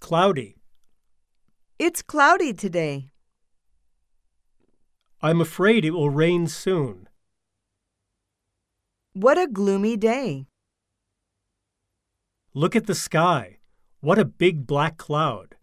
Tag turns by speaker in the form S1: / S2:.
S1: Cloudy.
S2: It's cloudy today.
S1: I'm afraid it will rain soon.
S2: What a gloomy day.
S1: Look at the sky. What a big black cloud.